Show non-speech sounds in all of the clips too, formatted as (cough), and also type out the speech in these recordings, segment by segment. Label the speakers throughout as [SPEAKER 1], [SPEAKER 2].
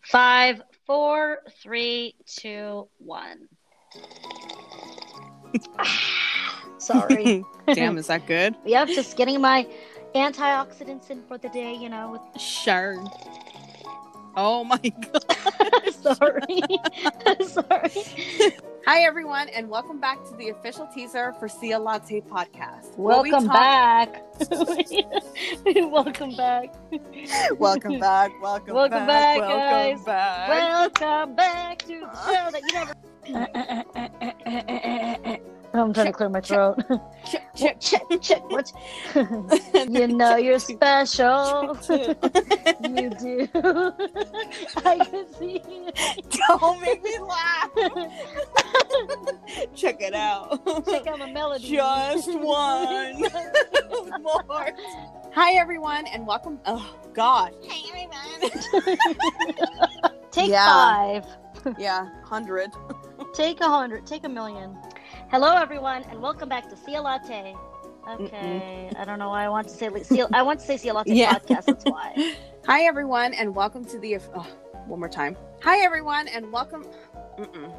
[SPEAKER 1] Five, four, three, two, one. (laughs) Sorry.
[SPEAKER 2] (laughs)
[SPEAKER 3] Damn, is that good?
[SPEAKER 1] yep, just getting my antioxidants in for the day, you know. (laughs) with-
[SPEAKER 3] Sure. Oh
[SPEAKER 2] (laughs)
[SPEAKER 3] my god.
[SPEAKER 1] Sorry. (laughs) Sorry.
[SPEAKER 2] Hi, everyone, and welcome back to the official teaser for Sea Latte podcast. where we
[SPEAKER 1] Welcome
[SPEAKER 2] talk-
[SPEAKER 1] back. (laughs) Welcome back.
[SPEAKER 2] Welcome (laughs) back. Welcome,
[SPEAKER 1] Welcome
[SPEAKER 2] back.
[SPEAKER 1] back,
[SPEAKER 2] welcome
[SPEAKER 1] guys.
[SPEAKER 2] back.
[SPEAKER 1] Welcome back to the show that you never. (laughs) I'm trying to clear my throat.
[SPEAKER 2] Check,
[SPEAKER 1] Check,
[SPEAKER 2] check,
[SPEAKER 1] check, check. What's... (laughs) you know you're special.
[SPEAKER 2] (laughs)
[SPEAKER 1] you do. (laughs) I can see you.
[SPEAKER 2] Don't make me laugh. Check it (laughs) out.
[SPEAKER 1] Check out my melody. (laughs)
[SPEAKER 2] Just one more. Hi, everyone, and welcome. Oh, God. Hey, (laughs) everyone.
[SPEAKER 1] Take
[SPEAKER 2] Yeah.
[SPEAKER 1] five.
[SPEAKER 2] yeah, 100.
[SPEAKER 1] Take a hundred. Take a million. Hello, everyone, and welcome back to Sea Latte. Okay, I don't know why I want to say like, Sea. I want to say Sea Latte
[SPEAKER 2] (laughs) Yeah.
[SPEAKER 1] podcast. That's why.
[SPEAKER 2] Hi, everyone, and welcome to the. Oh, one more time. Hi, everyone, and welcome. Mm-mm.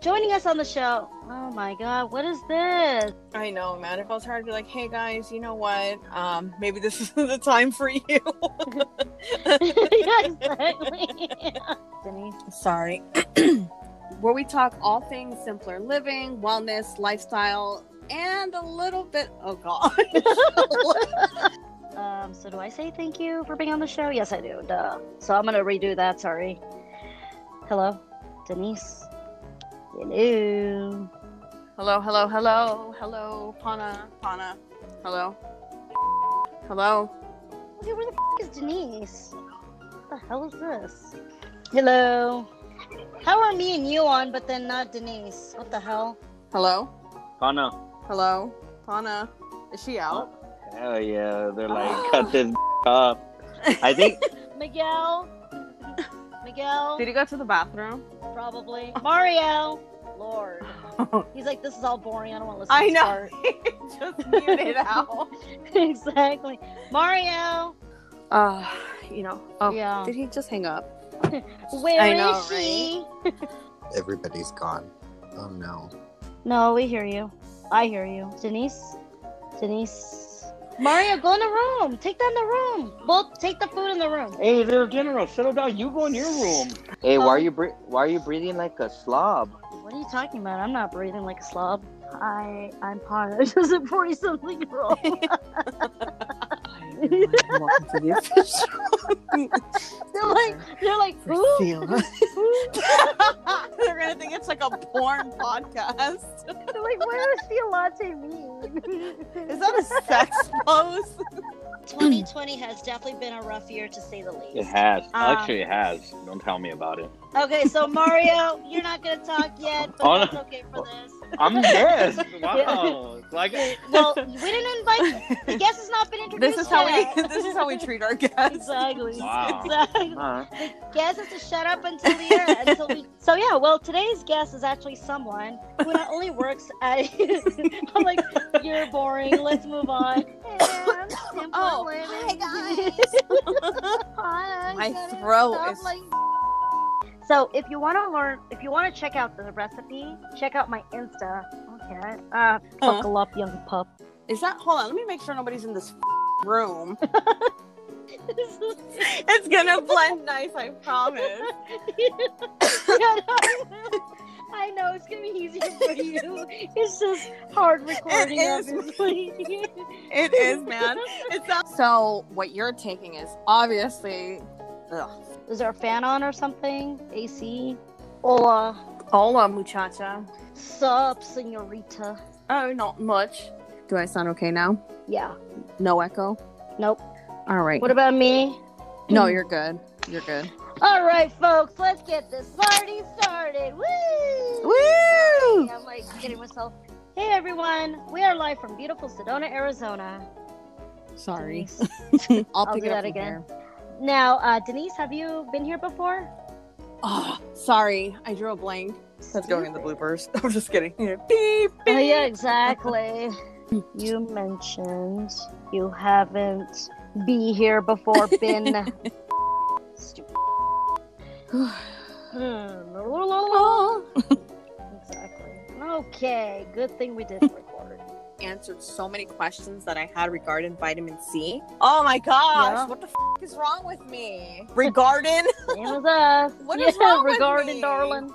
[SPEAKER 1] Joining us on the show. Oh my God, what is this? (laughs)
[SPEAKER 2] I know, man. If I was her, I'd be like, "Hey guys, you know what? Um, maybe this is (laughs) the time for you."
[SPEAKER 1] (laughs) yeah, exactly. Denise.
[SPEAKER 2] Sorry. (clears throat) Where we talk all things simpler living, wellness, lifestyle, and a little bit. Oh God. (laughs)
[SPEAKER 1] Um, so do I say thank you for being on the show? Yes, I do. Duh. So I'm gonna redo that. Sorry. Hello, Denise. Hello.
[SPEAKER 2] hello, hello, hello, hello, Pana, Pana. Hello. Hello.
[SPEAKER 1] Okay, where the f- is Denise? What the hell is this? Hello. How are me and you on, but then not Denise? What the hell?
[SPEAKER 2] Hello.
[SPEAKER 4] Hana.
[SPEAKER 2] Hello. Pana. Is she out?
[SPEAKER 4] Hell yeah, they're (gasps) like, cut this (laughs) up. I think
[SPEAKER 1] Miguel. Miguel.
[SPEAKER 2] (laughs) Did he go to the bathroom?
[SPEAKER 1] Probably. Mario.
[SPEAKER 2] (laughs)
[SPEAKER 1] Lord. He's like, this is all boring. I don't want to listen. to
[SPEAKER 2] I
[SPEAKER 1] this
[SPEAKER 2] know.
[SPEAKER 1] part." (laughs)
[SPEAKER 2] (laughs) Just muted out.
[SPEAKER 1] exactly. Mario.
[SPEAKER 2] Uh, you know. Oh.
[SPEAKER 1] Yeah.
[SPEAKER 2] Did he just hang up?
[SPEAKER 1] Where is
[SPEAKER 2] I know,
[SPEAKER 1] she?
[SPEAKER 5] (laughs) Everybody's gone. Oh no.
[SPEAKER 1] No, we hear you. I hear you. Denise? Denise? Mario, go in the room. Take down the room. Both take the food in the room.
[SPEAKER 4] Hey little general, settle down, you go in your room. Hey, why are you bre- why are you breathing like a slob?
[SPEAKER 1] What are you talking about? I'm not breathing like a slob. (laughs) I I'm part of just forty something wrong.
[SPEAKER 2] Welcome to the
[SPEAKER 1] (laughs)
[SPEAKER 2] (laughs)
[SPEAKER 1] They're like they're like who?
[SPEAKER 2] official. They're gonna think it's like a porn podcast.
[SPEAKER 1] They're (laughs) like where is the latte mean? (laughs)
[SPEAKER 2] Is that a sex pose?
[SPEAKER 1] 2020 has definitely been a rough year to say the least.
[SPEAKER 4] (laughs) It has.
[SPEAKER 1] Um,
[SPEAKER 4] Actually it has. Don't tell me about it.
[SPEAKER 1] Okay, so Mario, you're not gonna talk yet, but
[SPEAKER 4] Oh, no.
[SPEAKER 1] that's okay
[SPEAKER 4] (laughs)
[SPEAKER 1] for this.
[SPEAKER 4] I'm pissed. (laughs) Wow. Like
[SPEAKER 1] Well, we didn't invite the guest has not been introduced.
[SPEAKER 2] (laughs) This is how
[SPEAKER 1] yet.
[SPEAKER 2] we (laughs) this
[SPEAKER 1] (laughs)
[SPEAKER 2] is how we treat our guests.
[SPEAKER 1] Exactly.
[SPEAKER 4] Wow.
[SPEAKER 1] Exactly.
[SPEAKER 4] huh?
[SPEAKER 1] guest has to shut up until the end. Until we... (laughs) So yeah, well, today's guest is actually someone who not only works at. (laughs) I'm like, you're boring. Let's move on.
[SPEAKER 2] (coughs)
[SPEAKER 1] And simple
[SPEAKER 2] Oh,
[SPEAKER 1] living.
[SPEAKER 2] hi, guys.
[SPEAKER 1] (laughs) Hi,
[SPEAKER 2] My
[SPEAKER 1] guys.
[SPEAKER 2] throat
[SPEAKER 1] Stop
[SPEAKER 2] is-
[SPEAKER 1] like- So if you want to learn, if you want to check out the recipe, check out my Insta. Okay. Uh, buckle up, young
[SPEAKER 2] (laughs)
[SPEAKER 1] pup.
[SPEAKER 2] Is that hold on, let me make sure nobody's in this (laughs) room. (laughs) It's gonna blend nice, I promise.
[SPEAKER 1] (laughs) Yeah, no, I know. (laughs) I know it's gonna be easier for you. It's just hard recording,
[SPEAKER 2] is.
[SPEAKER 1] obviously.
[SPEAKER 2] (laughs) It is, man. It's not- so what you're taking is obviously ugh.
[SPEAKER 1] (laughs) Is there a fan on or something? AC? Hola.
[SPEAKER 2] Hola muchacha.
[SPEAKER 1] Sup, senorita.
[SPEAKER 2] Oh not much. Do I sound okay now?
[SPEAKER 1] Yeah.
[SPEAKER 2] No echo?
[SPEAKER 1] Nope.
[SPEAKER 2] All right.
[SPEAKER 1] What about me?
[SPEAKER 2] no, you're good. You're good.
[SPEAKER 1] (laughs) All right, folks, let's get this party started. Woo!
[SPEAKER 2] Woo!
[SPEAKER 1] I'm like getting myself. Hey, everyone. We are live from beautiful Sedona, Arizona.
[SPEAKER 3] Sorry.
[SPEAKER 1] Denise. (laughs)
[SPEAKER 2] I'll
[SPEAKER 1] I'll
[SPEAKER 2] pick
[SPEAKER 1] do
[SPEAKER 2] it
[SPEAKER 1] that
[SPEAKER 2] up from
[SPEAKER 1] again.
[SPEAKER 2] Here.
[SPEAKER 1] Now, uh, Denise, have you been here before?
[SPEAKER 2] Oh, sorry, I drew a blank. That's going in the bloopers. (laughs) I'm just kidding. Beep,
[SPEAKER 1] Oh,
[SPEAKER 2] beep.
[SPEAKER 1] yeah, exactly. you
[SPEAKER 2] (laughs)
[SPEAKER 1] mentioned you haven't be here before been. Oh, exactly. (sighs) Okay, good thing we didn't record.
[SPEAKER 2] Answered so many questions that I had regarding vitamin C. Oh my gosh,
[SPEAKER 1] Yeah.
[SPEAKER 2] what the f- is wrong with
[SPEAKER 1] (laughs)
[SPEAKER 2] me? Regarding
[SPEAKER 1] Same as us.
[SPEAKER 2] (laughs) What
[SPEAKER 1] yeah,
[SPEAKER 2] is wrong with
[SPEAKER 1] regarding
[SPEAKER 2] me? (laughs)
[SPEAKER 1] darling.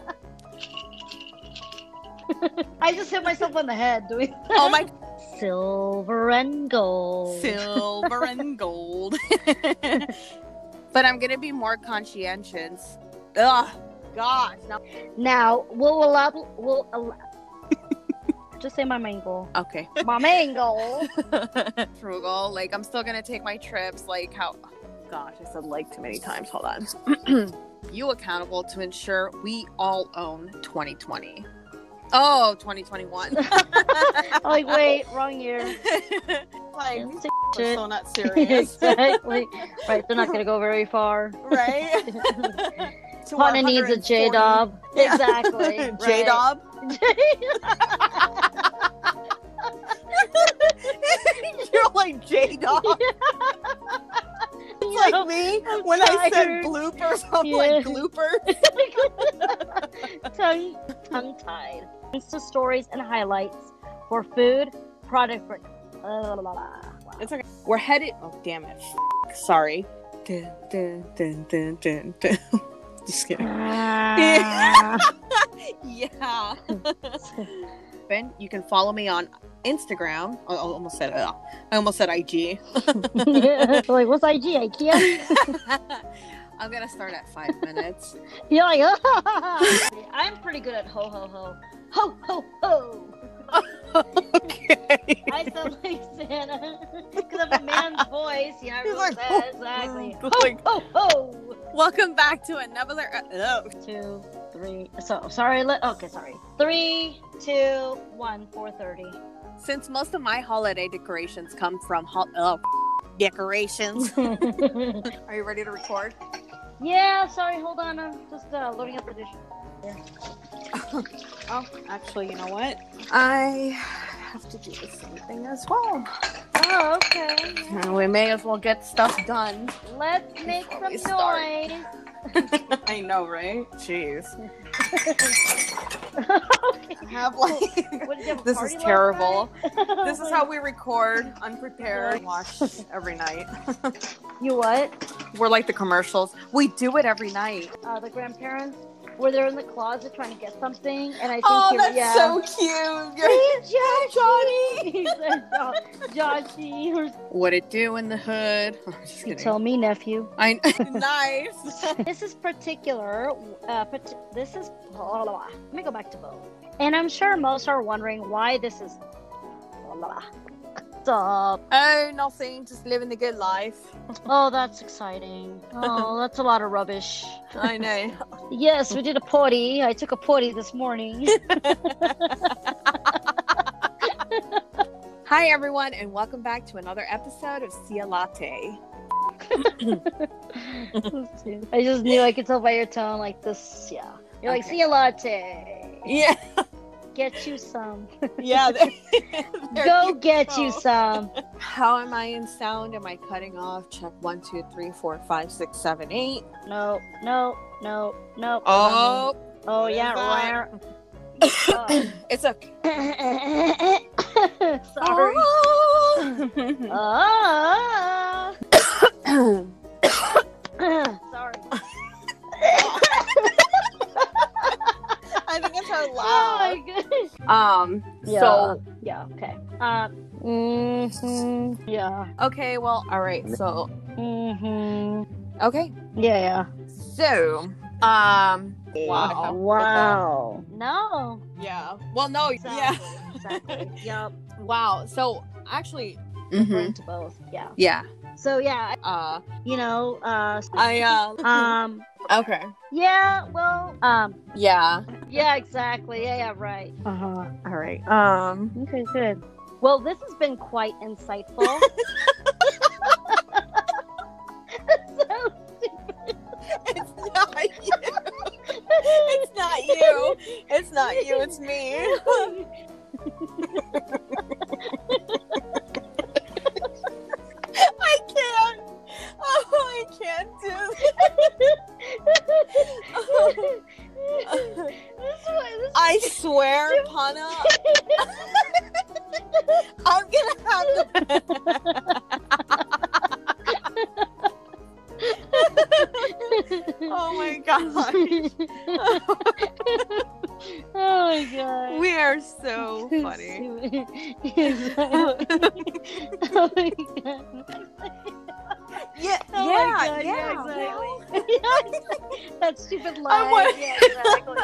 [SPEAKER 1] (laughs) I just hit myself on the head doing
[SPEAKER 2] oh my
[SPEAKER 1] (laughs) silver and gold.
[SPEAKER 3] Silver and
[SPEAKER 1] (laughs)
[SPEAKER 3] gold.
[SPEAKER 2] But I'm gonna be more conscientious. Ugh, gosh. Now-
[SPEAKER 1] Now we'll allow. We'll allow. just say my main goal.
[SPEAKER 2] okay.
[SPEAKER 1] My main goal.
[SPEAKER 2] (laughs) Frugal. Like I'm still gonna take my trips. Like how? Gosh, I said like too many times. Hold on. (clears throat) you accountable to ensure we all own 2020. Oh,
[SPEAKER 1] (laughs)
[SPEAKER 2] 2021.
[SPEAKER 1] I'm like
[SPEAKER 2] (laughs)
[SPEAKER 1] wait, wrong year.
[SPEAKER 2] like
[SPEAKER 1] Yes.
[SPEAKER 3] We're
[SPEAKER 1] Shit.
[SPEAKER 3] so
[SPEAKER 1] (laughs)
[SPEAKER 3] not serious.
[SPEAKER 2] (laughs)
[SPEAKER 1] exactly. Right, they're not gonna go very far.
[SPEAKER 2] right. To our
[SPEAKER 1] Hana needs a
[SPEAKER 2] 140
[SPEAKER 1] J Dob.
[SPEAKER 2] (laughs) Yeah. (laughs)
[SPEAKER 1] Exactly. right.
[SPEAKER 2] J
[SPEAKER 1] (laughs)
[SPEAKER 2] Dob. You're like J
[SPEAKER 1] (laughs)
[SPEAKER 2] Dob. It's
[SPEAKER 1] No,
[SPEAKER 2] like me (laughs) when I said
[SPEAKER 1] tired.
[SPEAKER 2] bloopers, I'm like
[SPEAKER 1] Yeah.
[SPEAKER 2] blooper.
[SPEAKER 1] (laughs) tongue tongue tied. Insta stories and highlights for food, product for. la, la, la, la. Wow.
[SPEAKER 2] It's- (laughs) (laughs) We're headed. Oh damn it! F- Sorry. Dun, dun, dun, dun, dun, dun. (laughs) Just kidding.
[SPEAKER 1] Ah.
[SPEAKER 2] Yeah. (laughs)
[SPEAKER 1] (laughs)
[SPEAKER 2] ben, you can follow me on Instagram. I I almost said. ugh. I almost said (laughs) IG.
[SPEAKER 1] (laughs) like what's IG
[SPEAKER 2] (laughs)
[SPEAKER 1] IKEA?
[SPEAKER 2] I'm gonna start at five (laughs) minutes.
[SPEAKER 1] You're like, (laughs) I'm pretty good at ho ho ho, ho ho ho.
[SPEAKER 3] okay.
[SPEAKER 1] I
[SPEAKER 2] (laughs)
[SPEAKER 1] sound like Santa (laughs) because of a man's voice. Yeah,
[SPEAKER 3] He's
[SPEAKER 1] everyone
[SPEAKER 3] like,
[SPEAKER 1] says
[SPEAKER 2] (laughs)
[SPEAKER 1] exactly.
[SPEAKER 3] Like,
[SPEAKER 1] Ho ho.
[SPEAKER 2] Oh, Welcome back to another. Oh.
[SPEAKER 1] Two, three. So sorry. Let, okay, sorry. Three, two, one. Four
[SPEAKER 2] (laughs)
[SPEAKER 1] thirty.
[SPEAKER 2] Since most of my holiday decorations come from hol- oh, (laughs) decorations. Are you ready to record?
[SPEAKER 1] yeah. Sorry. Hold on. I'm just uh, loading up the dish.
[SPEAKER 3] oh, actually, you know what?
[SPEAKER 2] I have to do the same thing as well.
[SPEAKER 1] Oh,
[SPEAKER 2] (laughs)
[SPEAKER 1] okay.
[SPEAKER 2] we may as well get stuff (laughs) done.
[SPEAKER 1] Let's make
[SPEAKER 2] Before we
[SPEAKER 1] some
[SPEAKER 2] start.
[SPEAKER 1] noise. (laughs)
[SPEAKER 3] I know, right? Jeez.
[SPEAKER 1] okay.
[SPEAKER 2] I have like
[SPEAKER 1] What, did you have a
[SPEAKER 3] This
[SPEAKER 1] party
[SPEAKER 3] is
[SPEAKER 1] last
[SPEAKER 3] terrible. (laughs)
[SPEAKER 2] (laughs)
[SPEAKER 1] night?
[SPEAKER 3] This is how we record unprepared. Watch every night.
[SPEAKER 1] you what?
[SPEAKER 2] we're like the commercials. We do it every night.
[SPEAKER 1] Uh, the grandparents were there in the closet trying to get something, and I think
[SPEAKER 2] Oh,
[SPEAKER 1] he-
[SPEAKER 2] that's
[SPEAKER 1] yeah. (laughs)
[SPEAKER 3] (laughs)
[SPEAKER 1] Please,
[SPEAKER 2] so cute.
[SPEAKER 1] (laughs) Joshy. Joshy. or
[SPEAKER 2] What it do in the hood? (laughs) Oh, just
[SPEAKER 1] You
[SPEAKER 2] kidding.
[SPEAKER 1] tell
[SPEAKER 3] (laughs)
[SPEAKER 1] me, nephew.
[SPEAKER 2] I (laughs) nice.
[SPEAKER 1] This is particular. Uh, pat- this is. Blah, blah, blah. Let me go back to Bo. And I'm sure most are wondering why this is. Blah, blah, blah. Stop.
[SPEAKER 2] Oh, nothing. Just living the good life.
[SPEAKER 1] Oh, that's exciting.
[SPEAKER 3] (laughs)
[SPEAKER 1] Oh, that's a lot of rubbish.
[SPEAKER 2] I know.
[SPEAKER 1] Yes, we did a potty. I took a potty this morning. (laughs)
[SPEAKER 2] Hi, everyone, and welcome back to another episode of Cia Latte.
[SPEAKER 1] (laughs) I just knew I could tell by your tone, like this. Yeah. You're like,
[SPEAKER 2] Okay.
[SPEAKER 1] see a latte.
[SPEAKER 2] Yeah,
[SPEAKER 1] Get you
[SPEAKER 2] (laughs)
[SPEAKER 1] some.
[SPEAKER 2] yeah.
[SPEAKER 1] Go get you
[SPEAKER 2] go.
[SPEAKER 1] some.
[SPEAKER 2] How am I in sound? Am I cutting off? Check one, two, three, four, five, six, seven, eight.
[SPEAKER 1] No, no, no, no.
[SPEAKER 2] Oh,
[SPEAKER 1] oh
[SPEAKER 2] there's
[SPEAKER 1] yeah,
[SPEAKER 2] that.
[SPEAKER 1] right.
[SPEAKER 2] (coughs)
[SPEAKER 1] Oh. (coughs)
[SPEAKER 2] it's okay. (laughs)
[SPEAKER 1] Sorry.
[SPEAKER 2] (coughs)
[SPEAKER 1] Oh.
[SPEAKER 2] Oh.
[SPEAKER 1] (coughs) Sorry.
[SPEAKER 2] I think it's our
[SPEAKER 1] Oh
[SPEAKER 2] laugh.
[SPEAKER 1] my goodness.
[SPEAKER 2] Um. So.
[SPEAKER 1] Yeah. Okay. Um. mm-hmm.
[SPEAKER 2] Mhm.
[SPEAKER 1] Yeah.
[SPEAKER 2] Okay. Well. All right. So.
[SPEAKER 1] Mhm.
[SPEAKER 2] Okay.
[SPEAKER 1] Yeah. Yeah.
[SPEAKER 2] So. Um. Wow.
[SPEAKER 1] Oh, Wow. No.
[SPEAKER 2] Yeah. Well. No. Oh, Yeah.
[SPEAKER 1] Exactly. yep.
[SPEAKER 2] Wow. So actually.
[SPEAKER 3] Mm-hmm.
[SPEAKER 1] Referring to both. Yeah.
[SPEAKER 2] Yeah.
[SPEAKER 1] So yeah,
[SPEAKER 2] Uh.
[SPEAKER 1] you know. Uh.
[SPEAKER 2] (laughs) I. Uh.
[SPEAKER 1] Um.
[SPEAKER 2] okay.
[SPEAKER 1] Yeah. Well. Um.
[SPEAKER 2] Yeah.
[SPEAKER 1] Yeah. Exactly. Yeah. Yeah. Right.
[SPEAKER 2] Uh
[SPEAKER 1] Uh-huh.
[SPEAKER 2] huh. All right. (laughs) Um.
[SPEAKER 1] Okay, good. Well, this has been quite insightful. So-
[SPEAKER 2] It's not you. it's not you. It's not you. It's me.
[SPEAKER 1] (laughs)
[SPEAKER 2] I can't. Oh, I can't do this.
[SPEAKER 1] (laughs) (laughs)
[SPEAKER 2] Oh god.
[SPEAKER 1] oh my god.
[SPEAKER 2] We are so funny.
[SPEAKER 1] (laughs) Exactly. oh my god.
[SPEAKER 3] Yeah,
[SPEAKER 1] Oh my God, yeah, (laughs) exactly. that stupid
[SPEAKER 2] Oh
[SPEAKER 1] line.
[SPEAKER 2] want-
[SPEAKER 1] Yeah,
[SPEAKER 2] (laughs)
[SPEAKER 1] exactly.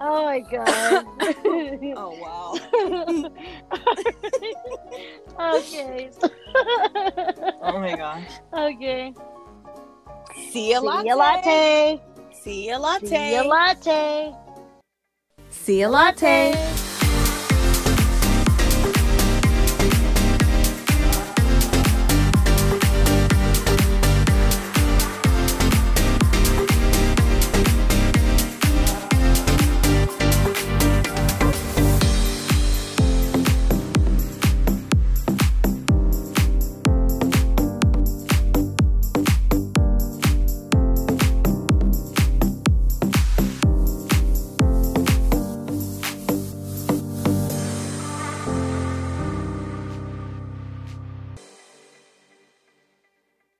[SPEAKER 1] oh (laughs) my god.
[SPEAKER 3] Oh wow.
[SPEAKER 1] okay.
[SPEAKER 3] Oh my gosh.
[SPEAKER 1] okay.
[SPEAKER 3] See you
[SPEAKER 1] See ya latte.
[SPEAKER 3] See you
[SPEAKER 1] See ya latte.
[SPEAKER 2] See you
[SPEAKER 1] latte.